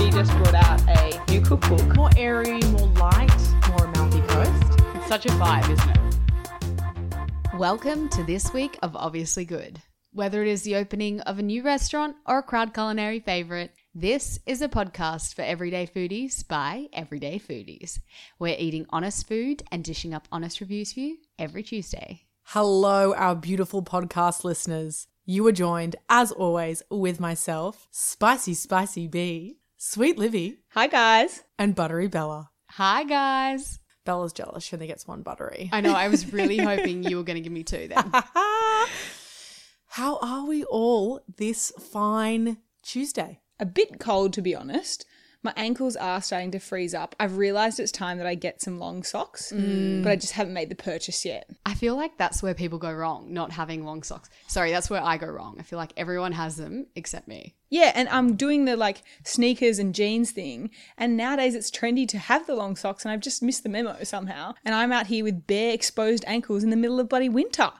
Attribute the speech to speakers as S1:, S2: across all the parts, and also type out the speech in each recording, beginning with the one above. S1: just brought out a new cookbook.
S2: More airy, more light, more Amalfi Coast.
S3: It's such a vibe, isn't it?
S4: Welcome to this week of Obviously Good. Whether it is the opening of a new restaurant or a crowd culinary favourite, this is a podcast for everyday foodies by everyday foodies. We're eating honest food and dishing up honest reviews for you every Tuesday.
S2: Hello, our beautiful podcast listeners. You are joined, as always, with myself, Spicy Spicy B, Sweet Livy,
S1: Hi, guys.
S2: and Buttery Bella.
S4: Hi, guys.
S2: Bella's jealous. She only gets one buttery.
S4: I know, I was really hoping you were going to give me two then.
S2: How are we all this fine Tuesday?
S1: A bit cold, to be honest. My ankles are starting to freeze up. I've realised it's time that I get some long socks, but I just haven't made the purchase yet.
S4: I feel like that's where people go wrong, not having long socks. Sorry, that's where I go wrong. I feel like everyone has them except me.
S1: Yeah, and I'm doing the like sneakers and jeans thing, and nowadays it's trendy to have the long socks, and I've just missed the memo somehow. And I'm out here with bare exposed ankles in the middle of bloody winter.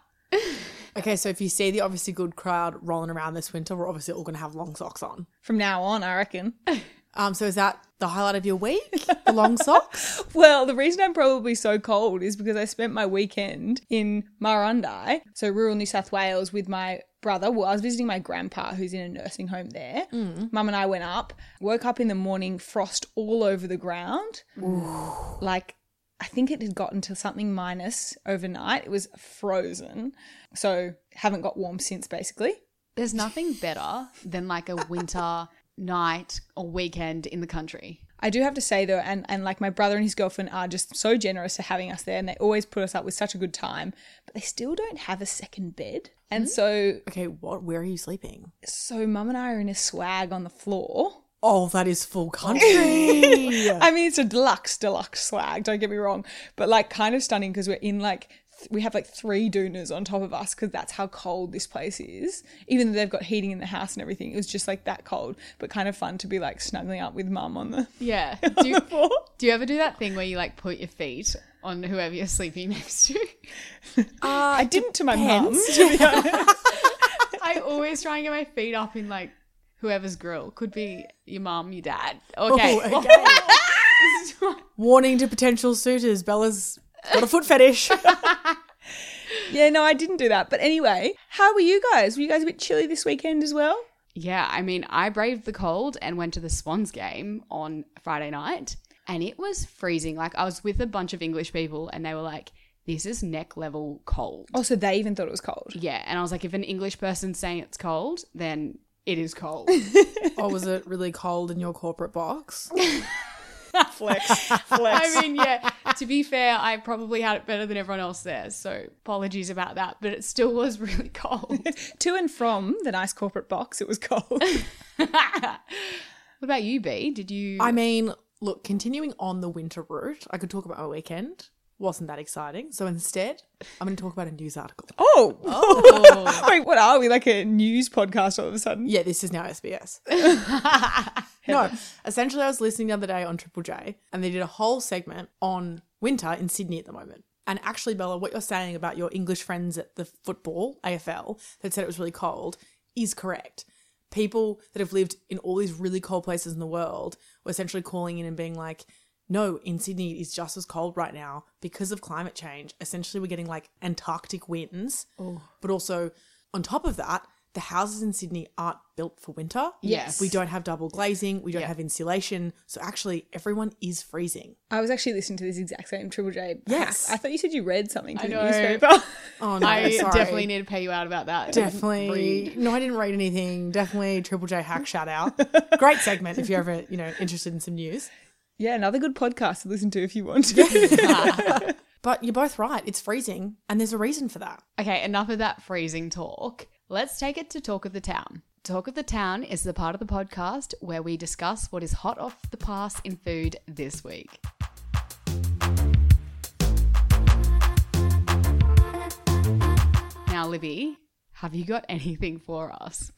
S2: Okay, so if you see the obviously good crowd rolling around this winter, we're obviously all going to have long socks on.
S1: From now on, I reckon.
S2: Um, so is that the highlight of your week? The long socks?
S1: Well, the reason I'm probably so cold is because I spent my weekend in Marundai, so rural New South Wales, with my brother. Well, I was visiting my grandpa who's in a nursing home there. Mum and I went up, woke up in the morning, frost all over the ground. Like, I think it had gotten to something minus overnight. It was frozen. So, haven't got warm since basically.
S4: There's nothing better than like a winter night or weekend in the country.
S1: I do have to say though, and, and like my brother and his girlfriend are just so generous for having us there, and they always put us up with such a good time. But they still don't have a second bed, and so
S2: Okay, what? Where are you sleeping?
S1: so mum and I are in a swag on the floor.
S2: Oh, that is full country.
S1: I mean, it's a deluxe, deluxe swag. Don't get me wrong, but like kind of stunning because we're in like th- we have like three doonas on top of us because that's how cold this place is. Even though they've got heating in the house and everything, it was just like that cold, but kind of fun to be like snuggling up with mum on the
S4: Yeah. Do you, do you ever do that thing where you like put your feet on whoever you're sleeping next to?
S1: I didn't to my mum.
S4: I always try and get my feet up in like whoever's grill. Could be your mum, your dad. Okay.
S2: Oh, Warning to potential suitors. Bella's got a foot fetish.
S1: Yeah, no, I didn't do that. But anyway, how were you guys? Were you guys a bit chilly this weekend as well?
S4: Yeah, I mean, I braved the cold and went to the Swans game on Friday night, and it was freezing. Like, I was with a bunch of English people, and they were like, This is neck level cold.
S1: Also, they even thought it was cold.
S4: Yeah. And I was like, If an English person's saying it's cold, then it is cold.
S2: or Oh, was it really cold in your corporate box?
S1: Flex, flex.
S4: I mean, yeah, to be fair, I probably had it better than everyone else there. So apologies about that, but it still was really cold. what
S1: to and from the nice corporate box, it was cold.
S4: about you, B? Did you.
S2: I mean, look, continuing on the winter route, I could talk about my weekend. Wasn't that exciting? So instead, I'm going to talk about a news article.
S1: Oh,
S4: Oh.
S1: wait, what are we? Like a news podcast all of a sudden?
S2: Yeah, this is now SBS. no, essentially, I was listening the other day on Triple J, and they did a whole segment on winter in Sydney at the moment. And actually, Bella, what you're saying about your English friends at the football AFL that said it was really cold is correct. People that have lived in all these really cold places in the world were essentially calling in and being like, no, in Sydney it is just as cold right now because of climate change. Essentially, we're getting like Antarctic winds. But also, on top of that, the houses in Sydney aren't built for winter.
S4: Yes.
S2: We don't have double glazing, we don't have insulation. So actually, everyone is freezing.
S1: I was actually listening to this exact same Triple J. hack.
S2: Yes.
S1: I thought you said you read something to
S4: I
S1: the
S4: know.
S1: newspaper.
S2: Oh, no.
S4: I
S2: sorry.
S4: definitely need to pay you out about that.
S2: Definitely. No, I didn't read anything. Definitely Triple J hack shout out. Great segment if you're ever, you know, interested in some news.
S1: yeah, another good podcast to listen to if you want to.
S2: But you're both right. It's freezing and there's a reason for that.
S4: Okay, enough of that freezing talk. Let's take it to Talk of the Town. Talk of the Town is the part of the podcast where we discuss what is hot off the pass in food this week. Now, Libby, have you got anything for us?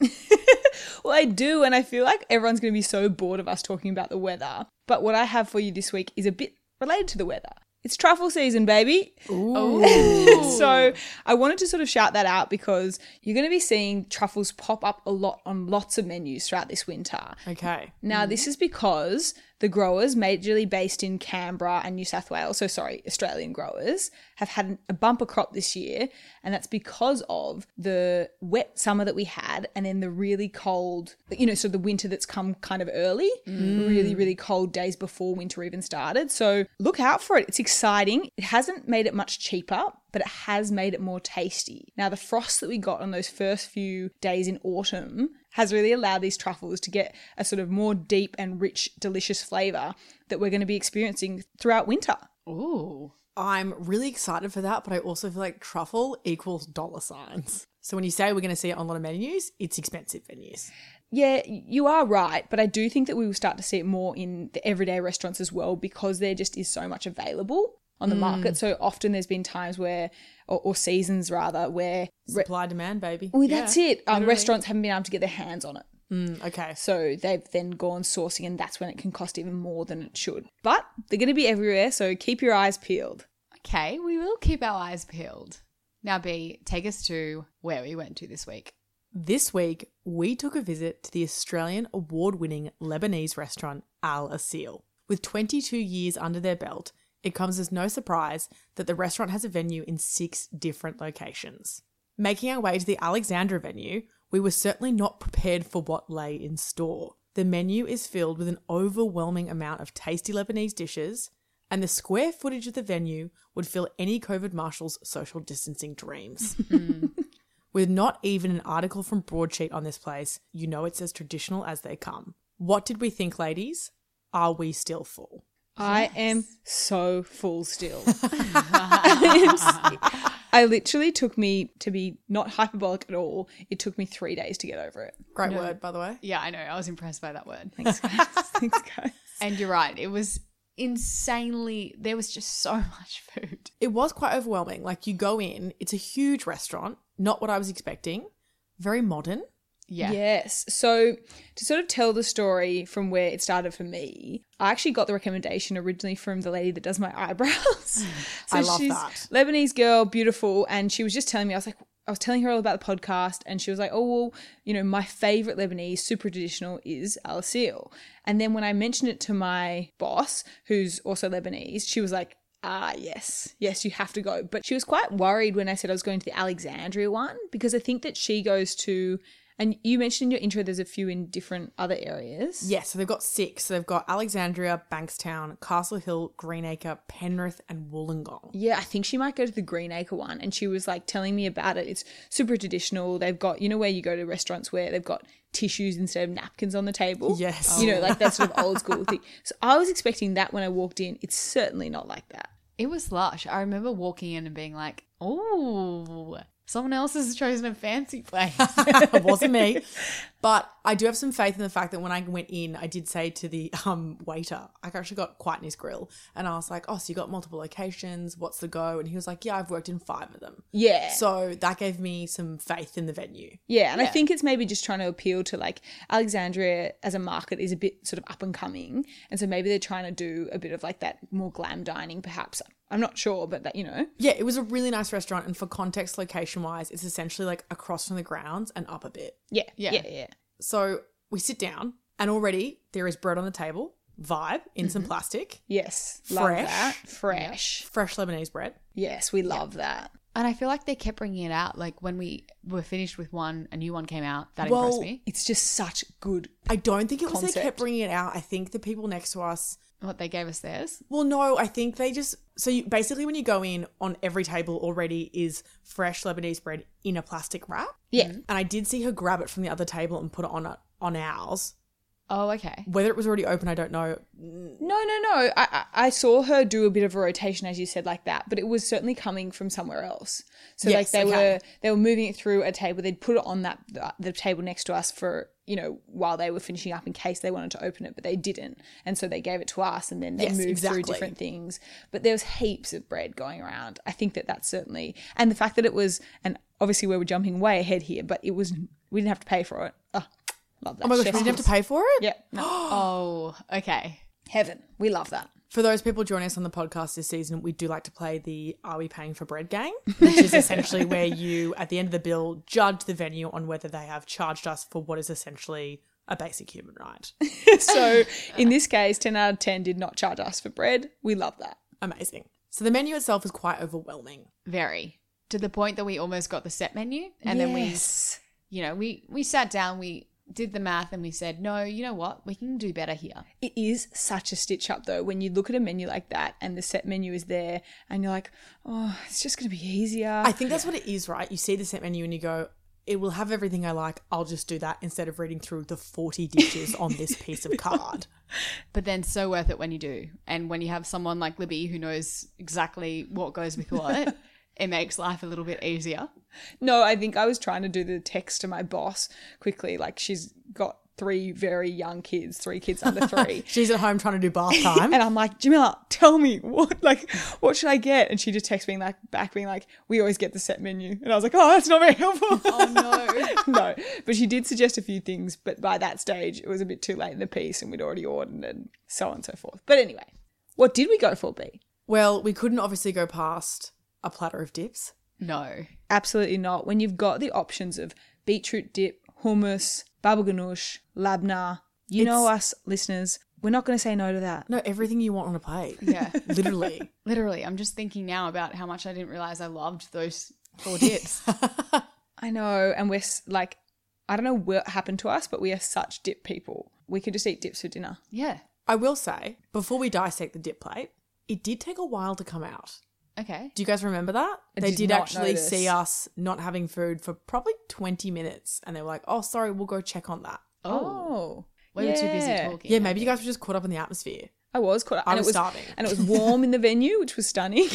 S1: well, I do, and I feel like everyone's going to be so bored of us talking about the weather. But what I have for you this week is a bit related to the weather. it's truffle season, baby. so I wanted to sort of shout that out because you're going to be seeing truffles pop up a lot on lots of menus throughout this winter.
S2: Okay.
S1: Now, this is because the growers, majorly based in Canberra and New South Wales, so sorry, Australian growers, have had an- a bumper crop this year. And that's because of the wet summer that we had and then the really cold, you know, so the winter that's come kind of early, really, really cold days before winter even started. So look out for it. It's exciting. It hasn't made it much cheaper, but it has made it more tasty. Now, the frost that we got on those first few days in autumn has really allowed these truffles to get a sort of more deep and rich, delicious flavour that we're going to be experiencing throughout winter.
S4: Ooh.
S2: I'm really excited for that, but I also feel like truffle equals dollar signs. So when you say we're going to see it on a lot of menus, it's expensive menus.
S1: Yeah, you are right, but I do think that we will start to see it more in the everyday restaurants as well because there just is so much available on the market. So often there's been times where, or, or seasons rather, where.
S2: Supply demand, baby.
S1: Well, that's it. Um, restaurants haven't been able to get their hands on it.
S2: Mm, okay.
S1: So they've then gone sourcing, and that's when it can cost even more than it should. But they're going to be everywhere, so keep your eyes peeled.
S4: Okay, we will keep our eyes peeled. Now, B, take us to where we went to this week.
S2: This week, we took a visit to the Australian award winning Lebanese restaurant Al Asil. With 22 years under their belt, it comes as no surprise that the restaurant has a venue in six different locations. Making our way to the Alexandra venue, we were certainly not prepared for what lay in store. The menu is filled with an overwhelming amount of tasty Lebanese dishes, and the square footage of the venue would fill any COVID marshal's social distancing dreams. With not even an article from Broadsheet on this place, you know it's as traditional as they come. What did we think, ladies? Are we still full?
S1: I am so full still. I am- I literally took me to be not hyperbolic at all. It took me three days to get over it.
S2: Great word, by the way.
S4: Yeah, I know. I was impressed by that word.
S1: Thanks, guys. Thanks, guys.
S4: And you're right. It was insanely, there was just so much food.
S2: It was quite overwhelming. Like you go in, it's a huge restaurant, not what I was expecting, very modern.
S4: Yeah.
S1: Yes. So to sort of tell the story from where it started for me, I actually got the recommendation originally from the lady that does my eyebrows. so
S2: I love that.
S1: Lebanese girl, beautiful, and she was just telling me I was like I was telling her all about the podcast and she was like, "Oh, well, you know, my favorite Lebanese super traditional is Al Seal." And then when I mentioned it to my boss, who's also Lebanese, she was like, Ah, yes, yes, you have to go. But she was quite worried when I said I was going to the Alexandria one because I think that she goes to, and you mentioned in your intro there's a few in different other areas.
S2: Yeah, so they've got six. So they've got Alexandria, Bankstown, Castle Hill, Greenacre, Penrith, and Wollongong.
S1: Yeah, I think she might go to the Greenacre one. And she was like telling me about it. It's super traditional. They've got, you know, where you go to restaurants where they've got tissues instead of napkins on the table.
S2: Yes. Oh.
S1: You know, like that sort of old school thing. So I was expecting that when I walked in. It's certainly not like that.
S4: It was lush. I remember walking in and being like, oh, someone else has chosen a fancy place.
S2: it wasn't me. But I do have some faith in the fact that when I went in, I did say to the um, waiter, I actually got quite in his grill. And I was like, oh, so you got multiple locations. What's the go? And he was like, yeah, I've worked in five of them.
S1: Yeah.
S2: So that gave me some faith in the venue.
S1: Yeah, and I think it's maybe just trying to appeal to like Alexandria as a market is a bit sort of up and coming, and so maybe they're trying to do a bit of like that more glam dining, perhaps. I'm not sure, but that you know,
S2: Yeah, it was a really nice restaurant. And for context, location wise, it's essentially like across from the grounds and up a bit.
S1: yeah,
S4: Yeah.
S1: yeah, yeah, yeah.
S2: So we sit down, and already there is bread on the table, vibe in
S1: Mm-hmm.
S2: some plastic,
S1: yes, love
S2: Fresh.
S1: that, fresh,
S2: fresh Lebanese bread.
S1: yes, we love that.
S4: and I feel like they kept bringing it out. Like when we were finished with one, a new one came out. That
S2: Well,
S4: impressed me.
S1: It's just such good.
S2: I don't think it was they kept
S1: Concept.
S2: bringing it out. I think the people next to us
S4: What they gave us theirs.
S2: Well, no, I think they just so you basically when you go in on every table already is fresh Lebanese bread in a plastic wrap,
S1: Yeah,
S2: and I did see her grab it from the other table and put it on on ours.
S4: Oh, okay.
S2: Whether it was already open, I don't know.
S1: no, no, no. I, I I saw her do a bit of a rotation, as you said, like that, but it was certainly coming from somewhere else. So
S2: Yes,
S1: like they
S2: okay.
S1: were they were moving it through a table. They'd put it on that uh, the, the table next to us for you know while they were finishing up in case they wanted to open it, but they didn't, and so they gave it to us, and then they
S2: Yes,
S1: moved
S2: exactly.
S1: through different things. But there was heaps of bread going around. I think that that's certainly and the fact that it was and obviously we were jumping way ahead here, but it was we didn't have to pay for it. Oh, love that.
S2: Oh my gosh, we
S1: Chef's
S2: didn't have to
S1: kiss.
S2: pay for it.
S1: Yeah, no.
S4: oh, okay.
S1: heaven. We love that.
S2: For those people joining us on the podcast this season, we do like to play the Are We Paying for Bread game, which is essentially where you, at the end of the bill, judge the venue on whether they have charged us for what is essentially a basic human right.
S1: so in this case, 10 out of 10 did not charge us for bread. We love that.
S2: Amazing. So the menu itself is quite overwhelming.
S4: Very. To the point that we almost got the set menu. And then we you know, we we sat down, we did the math, and we said, no, you know what, we can do better here.
S1: It is such a stitch up though when you look at a menu like that and the set menu is there and you're like, oh, it's just going to be easier.
S2: I think that's what it is, right? You see the set menu and you go, it will have everything I like. I'll just do that instead of reading through the 40 dishes on this piece of card.
S4: But then so worth it when you do, and when you have someone like Libby who knows exactly what goes with what. It makes life a little bit easier.
S1: No, I think I was trying to do the text to my boss quickly. Like she's got three very young kids, three kids under three.
S2: She's at home trying to do bath time.
S1: And I'm like, Jamila, tell me what like what should I get? And she just texts me like back being like, We always get the set menu. And I was like, Oh, that's not very helpful.
S4: Oh
S1: no. But she did suggest a few things, but by that stage it was a bit too late in the piece and we'd already ordered and so on and so forth. But anyway, what did we go for, B?
S2: well, we couldn't obviously go past a platter of dips.
S4: no.
S1: Absolutely not. When you've got the options of beetroot dip, hummus, baba ganoush, labna, you know us listeners, we're not going to say no to that.
S2: No, everything you want on a plate.
S4: Yeah.
S2: Literally.
S4: Literally, I'm just thinking now about how much I didn't realize I loved those four dips.
S1: I know, and we're s- like, I don't know what happened to us, but we are such dip people. We could just eat dips for dinner.
S4: yeah.
S2: I will say, before we dissect the dip plate, it did take a while to come out.
S4: Okay.
S2: Do you guys remember that? they
S1: did
S2: did
S1: not
S2: actually
S1: notice.
S2: see us not having food for probably 20 minutes and they were like, oh, sorry, we'll go check on that.
S1: Oh,
S4: We were too busy talking.
S2: Yeah, maybe you guys were just caught up in the atmosphere.
S1: I was caught up.
S2: I
S1: and
S2: was
S1: it was,
S2: starving.
S1: and it was warm in the venue, which was stunning.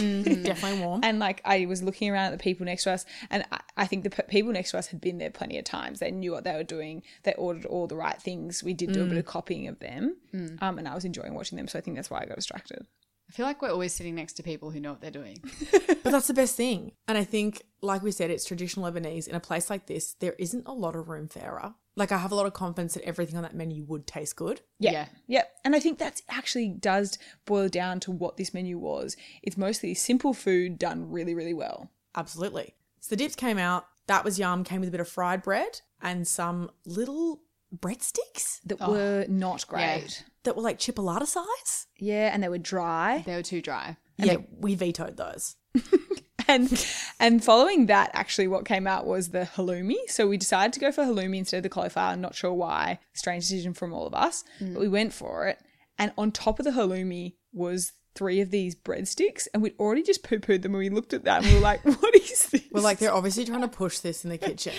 S2: Definitely warm.
S1: And like, I was looking around at the people next to us, and I, I think the p- people next to us had been there plenty of times. They knew what they were doing. They ordered all the right things. We did do a bit of copying of them, um, and I was enjoying watching them. So I think that's why I got distracted.
S4: I feel like we're always sitting next to people who know what they're doing.
S2: but that's the best thing. And I think, like we said, it's traditional Lebanese. In a place like this, there isn't a lot of room for error. Like, I have a lot of confidence that everything on that menu would taste good.
S1: Yeah. yeah.
S4: Yeah.
S1: And I think that's actually does boil down to what this menu was. It's mostly simple food done really, really well.
S2: Absolutely. So the dips came out. That was yum. Came with a bit of fried bread and some little breadsticks
S1: that were not great.
S2: that were like chipolata size.
S1: Yeah. and they were dry.
S4: They were too dry.
S2: Yeah, we vetoed those.
S1: And and following that, actually, what came out was the halloumi. So we decided to go for halloumi instead of the cauliflower. Not sure why. Strange decision from all of us,
S2: Mm.
S1: but we went for it. And on top of the halloumi was three of these breadsticks, and we'd already just poo pooed them. And we looked at that, and we were like, "What is this?"
S2: We're like, they're obviously trying to push this in the kitchen.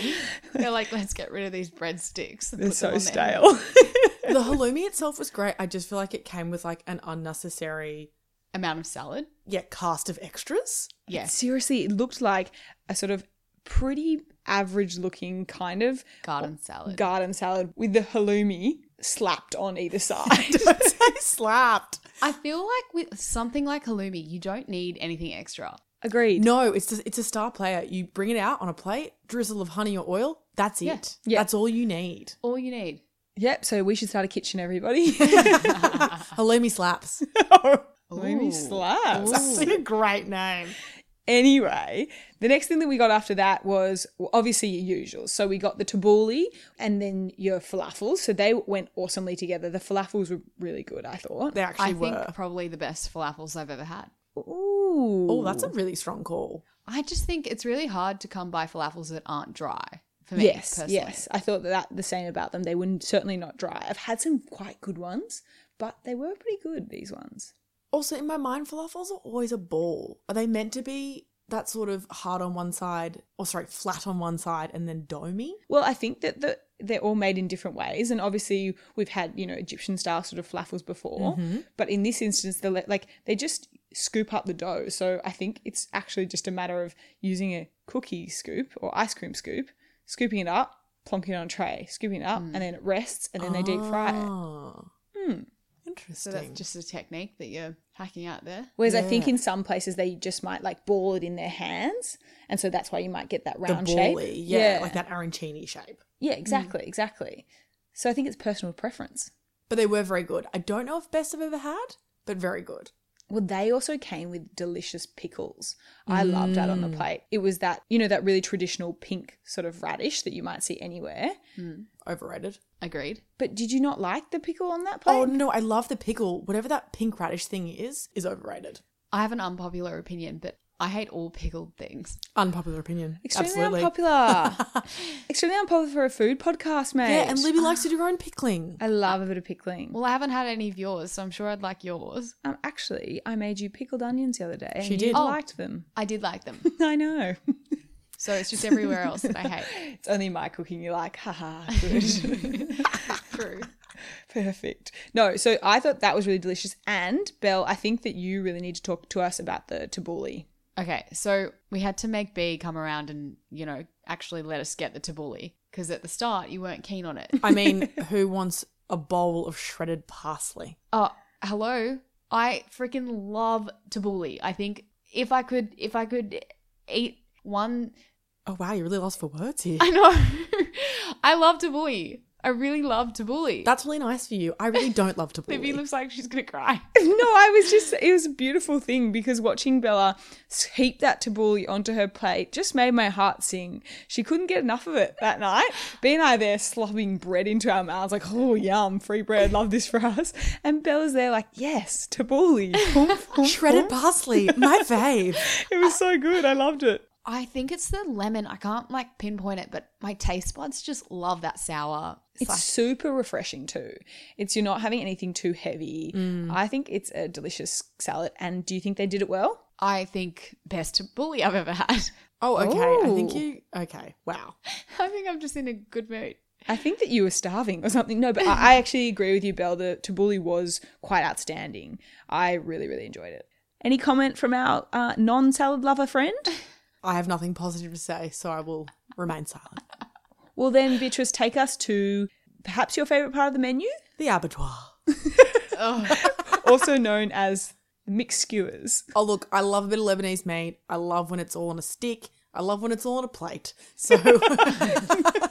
S4: They're like, let's get rid of these breadsticks.
S1: "They're so stale."
S2: The halloumi itself was great. I just feel like it came with like an unnecessary,
S4: Amount of salad.
S2: yeah, cast of extras.
S4: Yes.
S1: Seriously, it looked like a sort of pretty average-looking kind of
S4: Garden salad.
S1: garden salad with the halloumi slapped on either side.
S2: Don't say slapped.
S4: I feel like with something like halloumi, you don't need anything extra.
S1: Agreed.
S2: No, it's just, it's a star player. You bring it out on a plate, drizzle of honey or oil. That's
S4: Yeah.
S2: it.
S1: Yeah.
S2: That's all you need.
S4: All you need.
S1: Yep. So we should start a kitchen, everybody.
S2: Halloumi slaps.
S1: halloumi
S4: Ooh.
S1: slaps.
S4: Ooh.
S2: a great name.
S1: Anyway, the next thing that we got after that was well, obviously your usual. So we got the tabbouleh and then your falafels. So they went awesomely together. The falafels were really good, I thought.
S2: They actually
S4: I think
S2: were.
S4: probably the best falafels I've ever had.
S1: Ooh.
S2: Oh, that's a really strong call.
S4: I just think it's really hard to come by falafels that aren't dry for me.
S1: Yes,
S4: personally.
S1: yes. I thought that, that the same about them. They were certainly not dry. I've had some quite good ones, but they were pretty good, these ones.
S2: Also, in my mind, falafels are always a ball. Are they meant to be that sort of hard on one side, or sorry, flat on one side and then domey?
S1: Well, I think that the, they're all made in different ways, and obviously we've had you know Egyptian style sort of falafels before,
S2: Mm-hmm.
S1: but in this instance, they're le- like they just scoop up the dough. So I think it's actually just a matter of using a cookie scoop or ice cream scoop, scooping it up, plonking it on a tray, scooping it up,
S2: Mm.
S1: and then it rests, and then they deep fry it.
S2: Oh. Interesting.
S4: So that's just a technique that you're hacking out there.
S1: Whereas I think in some places they just might like ball it in their hands, and so that's why you might get that
S2: the
S1: round shape.
S2: bally, yeah, Mm. like that arancini shape.
S1: yeah, exactly, exactly. So I think it's personal preference.
S2: But they were very good. I don't know if best I've ever had, but very good.
S1: Well, they also came with delicious pickles. I loved that
S2: Mm.
S1: on the plate. It was that, you know, that really traditional pink sort of radish that you might see anywhere.
S2: Overrated.
S4: Agreed.
S1: But did you not like the pickle on that plate?
S2: Oh no, I love the pickle. Whatever that pink radish thing is, is overrated.
S4: I have an unpopular opinion, but I hate all pickled things.
S2: Unpopular opinion.
S1: Extremely
S2: Absolutely.
S1: unpopular. Extremely unpopular for a food podcast, mate.
S2: Yeah, and Libby likes to do her own pickling.
S1: I love a bit of pickling.
S4: Well, I haven't had any of yours, so I'm sure I'd like yours.
S1: Um, actually, I made you pickled onions the other day. And
S2: She
S1: you
S2: did.
S4: Oh.
S1: liked them.
S4: I did like them.
S1: I know.
S4: So it's just everywhere else that I hate.
S1: It's only my cooking. You're like, haha, good.
S4: True.
S1: Perfect. No, so I thought that was really delicious. And, Belle, I think that you really need to talk to us about the tabbouleh.
S4: Okay, so we had to make B come around and, you know, actually let us get the tabbouleh because at the start you weren't keen on it.
S2: I mean, who wants a bowl of shredded parsley?
S4: Oh, hello. I freaking love tabbouleh. I think if I could if I could eat one
S2: Oh wow, you really lost for words here.
S4: I know. I love tabbouleh. I really love tabbouleh.
S2: That's really nice for you. I really don't love to
S4: Libby
S2: believe.
S4: looks like she's going to cry.
S1: no, I was just, it was a beautiful thing because watching Bella heap that tabbouleh onto her plate just made my heart sing. She couldn't get enough of it that night. B and I there slobbing bread into our mouths, like, oh, yum, free bread, love this for us. And Bella's there, like, yes, tabbouleh. Oomph, oomph,
S2: Shredded
S1: oomph.
S2: parsley, my fave.
S1: It was so good. I loved it.
S4: I think it's the lemon. I can't like pinpoint it, but my taste buds just love that sour.
S1: It's
S4: slash-
S1: super refreshing too. It's you're not having anything too heavy. I think it's a delicious salad. And do you think they did it well?
S4: I think best tabbouleh I've ever had.
S2: Oh, okay. I think
S1: Oh.
S2: you. Okay, wow.
S4: I think I'm just in a good mood.
S1: I think that you were starving or something. No, but I, I actually agree with you, Belle. The tabbouleh was quite outstanding. I really, really enjoyed it. Any comment from our uh, non-salad lover friend?
S2: I have nothing positive to say, so I will remain silent.
S1: Well, then, Beatrice, take us to perhaps your favorite part of the menu,
S2: The abattoir.
S1: also known as mixed skewers.
S2: Oh, look, I love a bit of Lebanese meat. I love when it's all on a stick. I love when it's all on a plate. So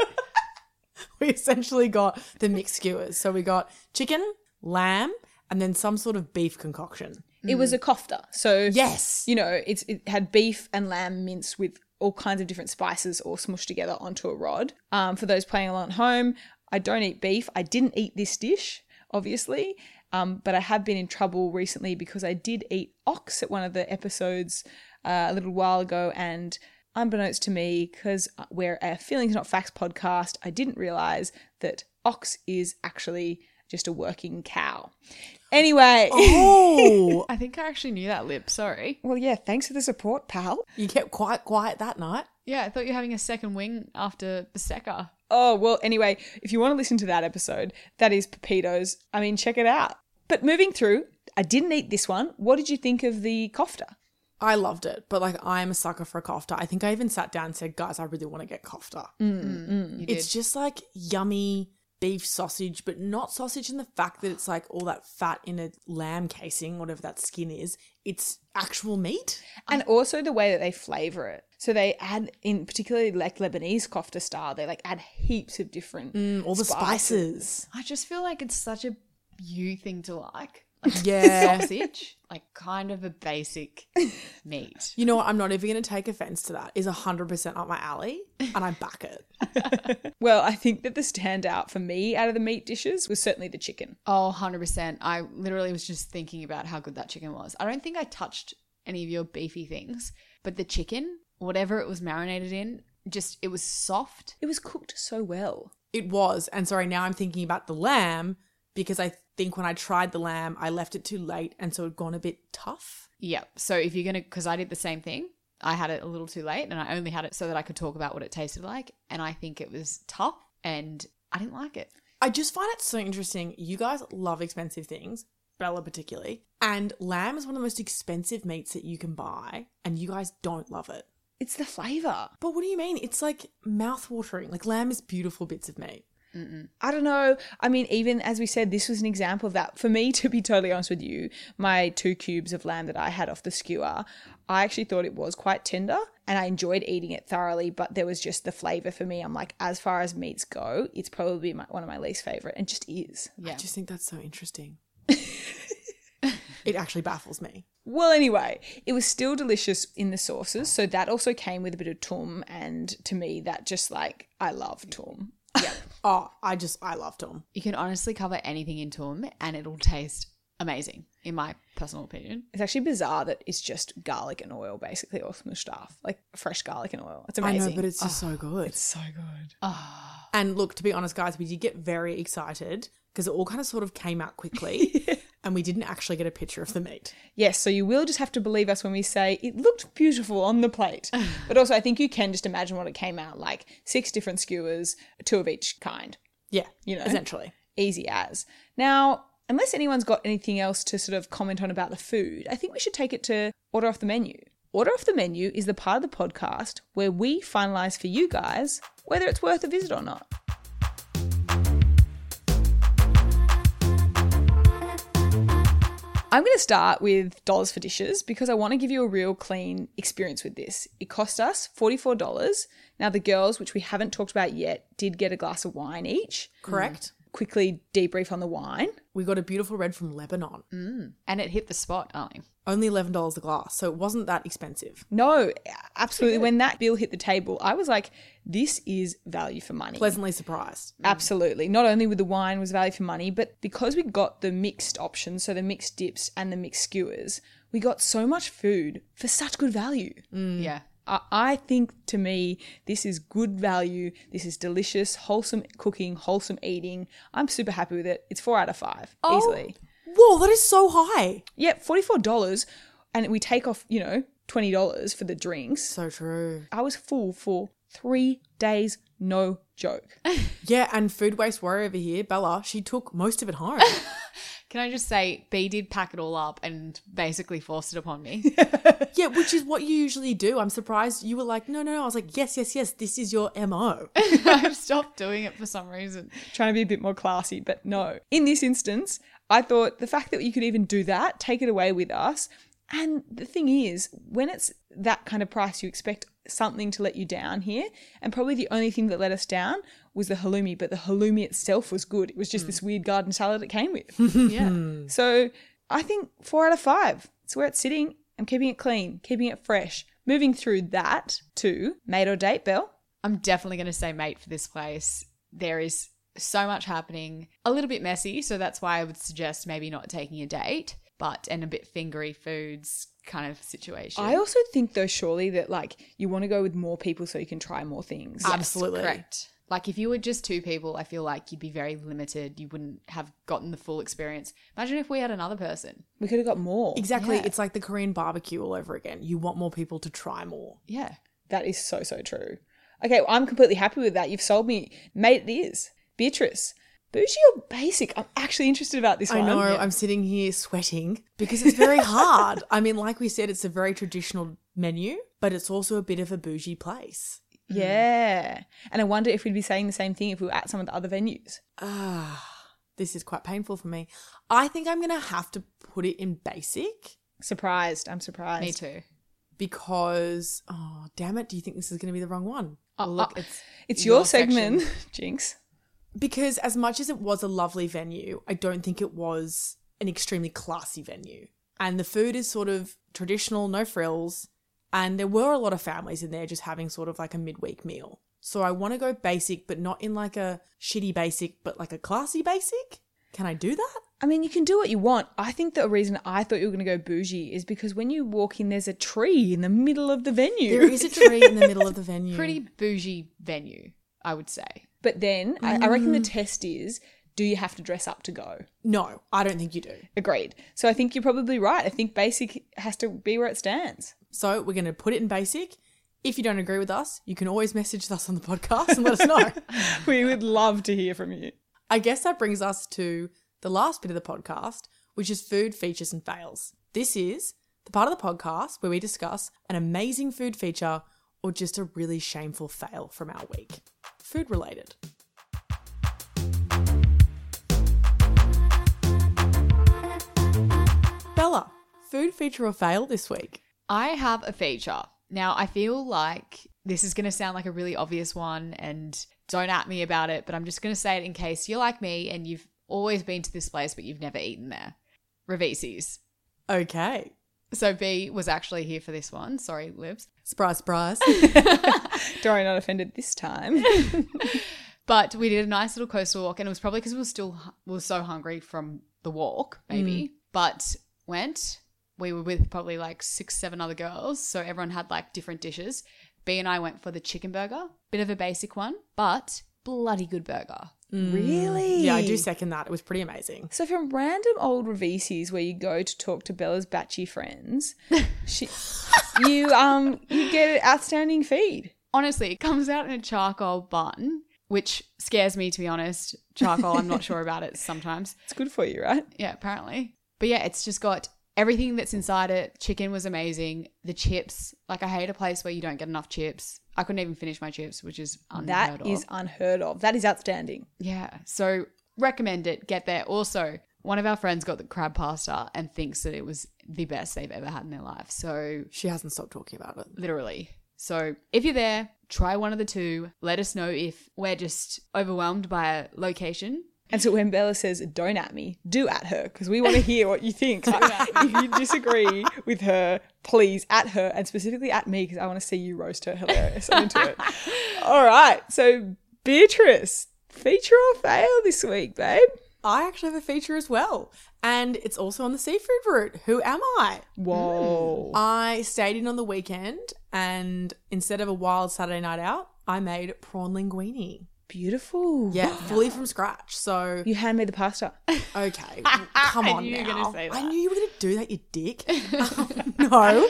S2: we essentially got the mixed skewers. So we got chicken, lamb, and then some sort of beef concoction.
S1: It was a kofta, so
S2: Yes.
S1: you know, it's it had beef and lamb mince with all kinds of different spices all smushed together onto a rod. Um, for those playing along at home, I don't eat beef. I didn't eat this dish, obviously, um, but I have been in trouble recently because I did eat ox at one of the episodes uh, a little while ago, and unbeknownst to me, because we're a feelings not facts podcast, I didn't realize that ox is actually just a working cow. Anyway.
S2: Oh,
S4: I think I actually knew that lip. Sorry.
S1: Well, yeah, thanks for the support, pal.
S2: you kept quite quiet that night.
S4: Yeah, I thought you were having a second wing after Bisteca.
S1: Oh, well, anyway, if you want to listen to that episode, that is Pepitos. I mean, check it out. But moving through, I didn't eat this one. What did you think of the kofta?
S2: I loved it, but like I'm a sucker for a kofta. I think I even sat down and said, guys, I really want to get kofta.
S4: You did.
S2: It's just like yummy beef sausage, but not sausage in the fact that it's like all that fat in a lamb casing, whatever that skin is. It's actual meat.
S1: And also the way that they flavor it. So they add, in particularly like Lebanese kofta style, they like add heaps of different.
S2: All the spices.
S4: I just feel like it's such a you thing to like.
S2: Yeah.
S4: Sausage, like kind of a basic meat.
S2: you know what? I'm not even going to take offense to that. Is 100% up my alley, and I back it.
S1: Well, I think that the standout for me out of the meat dishes was certainly the chicken.
S4: Oh, 100%. I literally was just thinking about how good that chicken was. I don't think I touched any of your beefy things, but the chicken, whatever it was marinated in, just it was soft.
S1: It was cooked so well.
S2: It was. And sorry, now I'm thinking about the lamb because I think when I tried the lamb, I left it too late, and so it had gone a bit tough.
S4: Yeah. So if you're going to, because I did the same thing, I had it a little too late and I only had it so that I could talk about what it tasted like. And I think it was tough and I didn't like it.
S2: I just find it so interesting. You guys love expensive things, Bella particularly. And lamb is one of the most expensive meats that you can buy, and you guys don't love it.
S1: It's the flavor.
S2: But what do you mean? It's like mouth watering. Like lamb is beautiful bits of meat.
S1: I don't know. I mean, even as we said, this was an example of that. For me, to be totally honest with you, my two cubes of lamb that I had off the skewer, I actually thought it was quite tender and I enjoyed eating it thoroughly, but there was just the flavor for me. I'm like, as far as meats go, it's probably my, one of my least favorite and just is.
S4: Yeah.
S2: I just think that's so interesting. It actually baffles me.
S1: Well, anyway, it was still delicious in the sauces. So that also came with a bit of tum. And to me, that just like, I love tum.
S2: Oh, I just, I love Tom.
S4: You can honestly cover anything in Tum and it'll taste amazing, in my personal opinion.
S1: It's actually bizarre that it's just garlic and oil, basically, or some stuff like fresh garlic and oil. It's amazing.
S2: I know, but it's just so good. Ah.
S1: so good.
S2: And look, to be honest, guys, we did get very excited because it all kind of sort of came out quickly and we didn't actually get a picture of the meat.
S1: Yes, so you will just have to believe us when we say it looked beautiful on the plate. but also, I think you can just imagine what it came out like six different skewers, two of each kind.
S2: Yeah,
S1: You know.
S2: essentially.
S1: Easy as. Now, unless anyone's got anything else to sort of comment on about the food, I think we should take it to order off the menu. Order off the menu is the part of the podcast where we finalize for you guys whether it's worth a visit or not. I'm going to start with dollars for dishes because I want to give you a real clean experience with this. It cost us $44. Now, the girls, which we haven't talked about yet, did get a glass of wine each.
S2: Correct.
S1: Quickly debrief on the wine.
S2: Mm. We got a beautiful red from Lebanon.
S4: And it hit the spot, darling.
S2: Only $11 a glass, so it wasn't that expensive.
S1: No, absolutely. When that bill hit the table, I was like, this is value for money.
S2: Pleasantly surprised.
S1: Mm. Absolutely. Not only with the wine was value for money, but because we got the mixed options, so the mixed dips and the mixed skewers, we got so much food for such good value.
S4: Yeah.
S1: I- I think to me, this is good value. This is delicious, wholesome cooking, wholesome eating. I'm super happy with it. It's four out of five, easily.
S2: Oh, Whoa, that is so high.
S1: Yeah, $44. And we take off, you know, $20 for the drinks.
S2: So true.
S1: I was full for three days, no joke.
S2: Yeah, and food waste worry over here, Bella, she took most of it home.
S4: Can I just say, B did pack it all up and basically forced it upon me.
S2: yeah, which is what you usually do. I'm surprised you were like, no, no, no. I was like, yes, yes, yes, this is your MO.
S4: I've stopped doing it for some reason.
S1: Trying to be a bit more classy, but no. In this instance, I thought the fact that you could even do that, take it away with us. And the thing is, when it's that kind of price, you expect something to let you down here. And probably the only thing that let us down was the halloumi, but the halloumi itself was good. It was just this weird garden salad it came with.
S4: Yeah.
S1: so I think four out of five. It's where it's sitting. I'm keeping it clean, keeping it fresh. Moving through that to mate or date, Bell.
S4: I'm definitely going to say mate for this place. There is so much happening, a little bit messy, so that's why I would suggest maybe not taking a date, but and a bit fingery foods kind of situation.
S1: I also think though, surely that like you want to go with more people so you can try more things.
S2: Yes, Absolutely.
S4: correct. Like if you were just two people, I feel like you'd be very limited. You wouldn't have gotten the full experience. Imagine if we had another person.
S1: We could have got more.
S2: Exactly.
S4: Yeah.
S2: It's like the Korean barbecue all over again. You want more people to try more.
S4: Yeah.
S1: That is so so true. Okay, well, I'm completely happy with that. You've sold me, mate. It is Beatrice. Bougie or basic? I'm actually interested about this
S2: I
S1: one.
S2: know I'm sitting here sweating because it's very hard. I mean, like we said, it's a very traditional menu, but it's also a bit of a bougie place.
S1: Yeah, and I wonder if we'd be saying the same thing if we were at some of the other venues.
S2: Ah, this is quite painful for me. I think I'm going to have to put it in basic
S1: Surprised. I'm surprised.
S4: Me too.
S2: because, oh, damn it. Do you think this is going to be the wrong one?
S4: Oh, look, it's
S1: It's your,
S4: Your section.
S1: segment, Jinx.
S2: Because as much as it was a lovely venue, I don't think it was an extremely classy venue. And the food is sort of traditional, no frills. And there were a lot of families in there just having sort of like a midweek meal. So I want to go basic, but not in like a shitty basic, but like a classy basic. Can I do that?
S1: I mean, you can do what you want. I think the reason I thought you were going to go bougie is because when you walk in, there's a tree in the middle of the venue.
S2: There is a tree in the middle of the venue.
S4: pretty bougie venue, I would say.
S1: But then I, I reckon the test is do you have to dress up to go?
S2: No, I don't think you do.
S1: Agreed. So I think you're probably right. I think basic has to be where it stands.
S2: So we're going to put it in basic. If you don't agree with us, you can always message us on the podcast and let us know.
S1: we would love to hear from you.
S2: I guess that brings us to the last bit of the podcast, which is food features and fails. This is the part of the podcast where we discuss an amazing food feature or just a really shameful fail from our week. Food related. Bella, food feature or fail this week?
S4: I have a feature. Now, I feel like this is going to sound like a really obvious one and don't at me about it, but I'm just going to say it in case you're like me and you've always been to this place but you've never eaten there. Ravisi's.
S2: Okay.
S4: So B was actually here for this one. Sorry, Libs.
S2: Surprise, surprise.
S1: Dora not offended this time.
S4: But we did a nice little coastal walk, and it was probably because we were still hu- we were so hungry from the walk, maybe. But went. We were with probably like six, seven other girls, so everyone had like different dishes. B and I went for the chicken burger, bit of a basic one, but bloody good burger.
S1: really?
S2: yeah, I do second that. It was pretty amazing.
S1: So from random old Revises where you go to talk to Bella's batchy friends, she, you um you get an outstanding feed.
S4: Honestly, it comes out in a charcoal bun, which scares me to be honest. Charcoal, I'm not sure about it sometimes.
S1: It's good for you, right?
S4: Yeah, apparently. But yeah, it's just got everything that's inside it. Chicken was amazing. The chips, like I hate a place where you don't get enough chips. I couldn't even finish my chips, which is unheard
S1: That
S4: of.
S1: is unheard of. That is outstanding.
S4: yeah. So recommend it. Get there. Also, one of our friends got the crab pasta and thinks that it was the best they've ever had in their life. So
S2: She hasn't stopped talking about it.
S4: literally. So if you're there, try one of the two. Let us know if we're just overwhelmed by a location.
S1: And so when Bella says, don't at me, do at her, because we want to hear what you think. if you disagree with her, please at her, and specifically at me, because I want to see you roast her hilarious. I'm into it. All right. So, Beatrice, feature or fail this week, babe?
S2: I actually have a feature as well, and it's also on the seafood route. Who am I?
S1: Whoa.
S2: I stayed in on the weekend, and instead of a wild Saturday night out, I made prawn linguine.
S1: Beautiful.
S2: Yeah, fully from scratch. So
S1: You hand me the pasta.
S2: okay, come
S4: I
S2: on
S4: knew you were
S2: now.
S4: gonna say
S2: I
S4: that.
S2: knew you were going to do that, you dick. Um, no.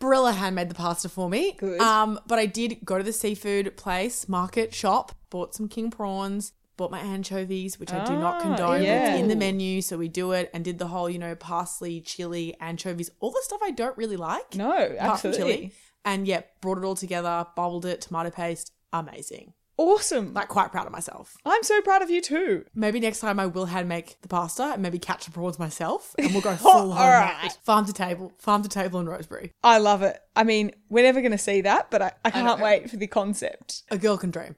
S2: Barilla handmade the pasta for me.
S1: Good.
S2: Um, but I did go to the seafood place, market, shop, bought some king prawns, bought my anchovies, which I do not
S1: Ah,
S2: condone, but
S1: yeah.
S2: it's in the menu, so we do it, and did the whole, you know, parsley, chili, anchovies, all the stuff I don't really like.
S1: No,
S2: apart from
S1: absolutely.
S2: And yeah, brought it all together, bubbled it, tomato paste, amazing.
S1: Awesome.
S2: Like quite proud of myself.
S1: I'm so proud of you too.
S2: Maybe next time I will hand make the pasta and maybe catch the prawns myself and we'll go full
S1: All
S2: home.
S1: right.
S2: Farm to table, farm to table in Rosebery.
S1: I love it. I mean, we're never going to see that, but I, I can't wait for the concept.
S2: A girl can dream.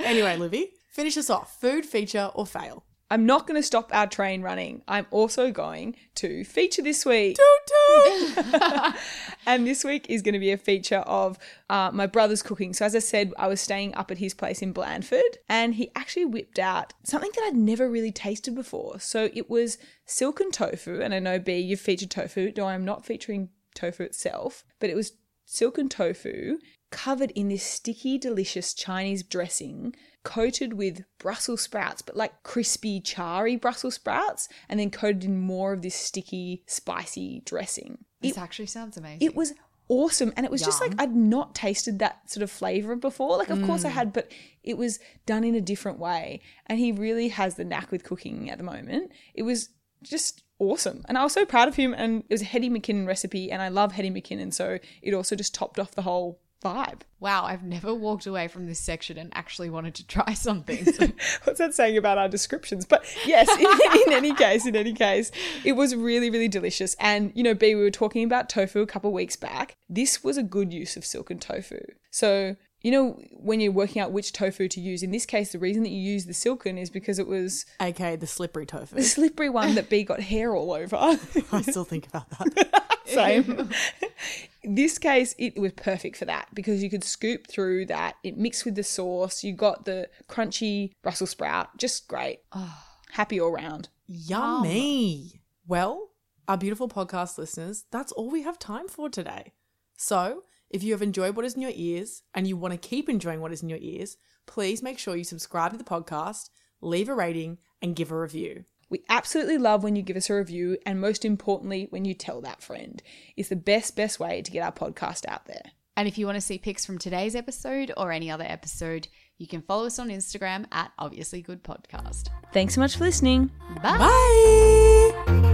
S2: anyway, Livy, finish us off. Food, feature, or fail?
S1: I'm not going to stop our train running. I'm also going to feature this week. and this week is going to be a feature of uh, my brother's cooking. So, as I said, I was staying up at his place in Blandford and he actually whipped out something that I'd never really tasted before. So, it was silken tofu. And I know, B, you've featured tofu, though I'm not featuring tofu itself, but it was silken tofu covered in this sticky, delicious Chinese dressing coated with Brussels sprouts, but like crispy, charry Brussels sprouts, and then coated in more of this sticky, spicy dressing.
S4: This actually sounds amazing.
S1: It was awesome. And it was just like I'd not tasted that sort of flavor before. Like, of course I had, but it was done in a different way. And he really has the knack with cooking at the moment. It was just awesome. And I was so proud of him. And it was a Hetty McKinnon recipe. And I love Hetty McKinnon. So it also just topped off the whole vibe.
S4: wow, I've never walked away from this section and actually wanted to try something. So
S1: what's that saying about our descriptions? But yes, in, in any case, in any case, it was really, really delicious. And you know, B, we were talking about tofu a couple of weeks back. This was a good use of silken tofu. So you know, when you're working out which tofu to use, in this case, the reason that you use the silken is because it was
S2: AKA the slippery
S1: the
S2: tofu.
S1: slippery one that B got hair all over.
S2: I still think about that.
S1: Same. this case, it was perfect for that because you could scoop through that. It mixed with the sauce. You got the crunchy Brussels sprout. Just great. Happy all round.
S2: Yummy. Um, Well, our beautiful podcast listeners, that's all we have time for today. So, if you have enjoyed what is in your ears and you want to keep enjoying what is in your ears, please make sure you subscribe to the podcast, leave a rating, and give a review.
S1: We absolutely love when you give us a review, and most importantly, when you tell that friend. It's the best, best way to get our podcast out there.
S4: And if you want to see pics from today's episode or any other episode, you can follow us on Instagram at Obviously Good Podcast.
S1: Thanks so much for listening.
S4: Bye.
S2: Bye.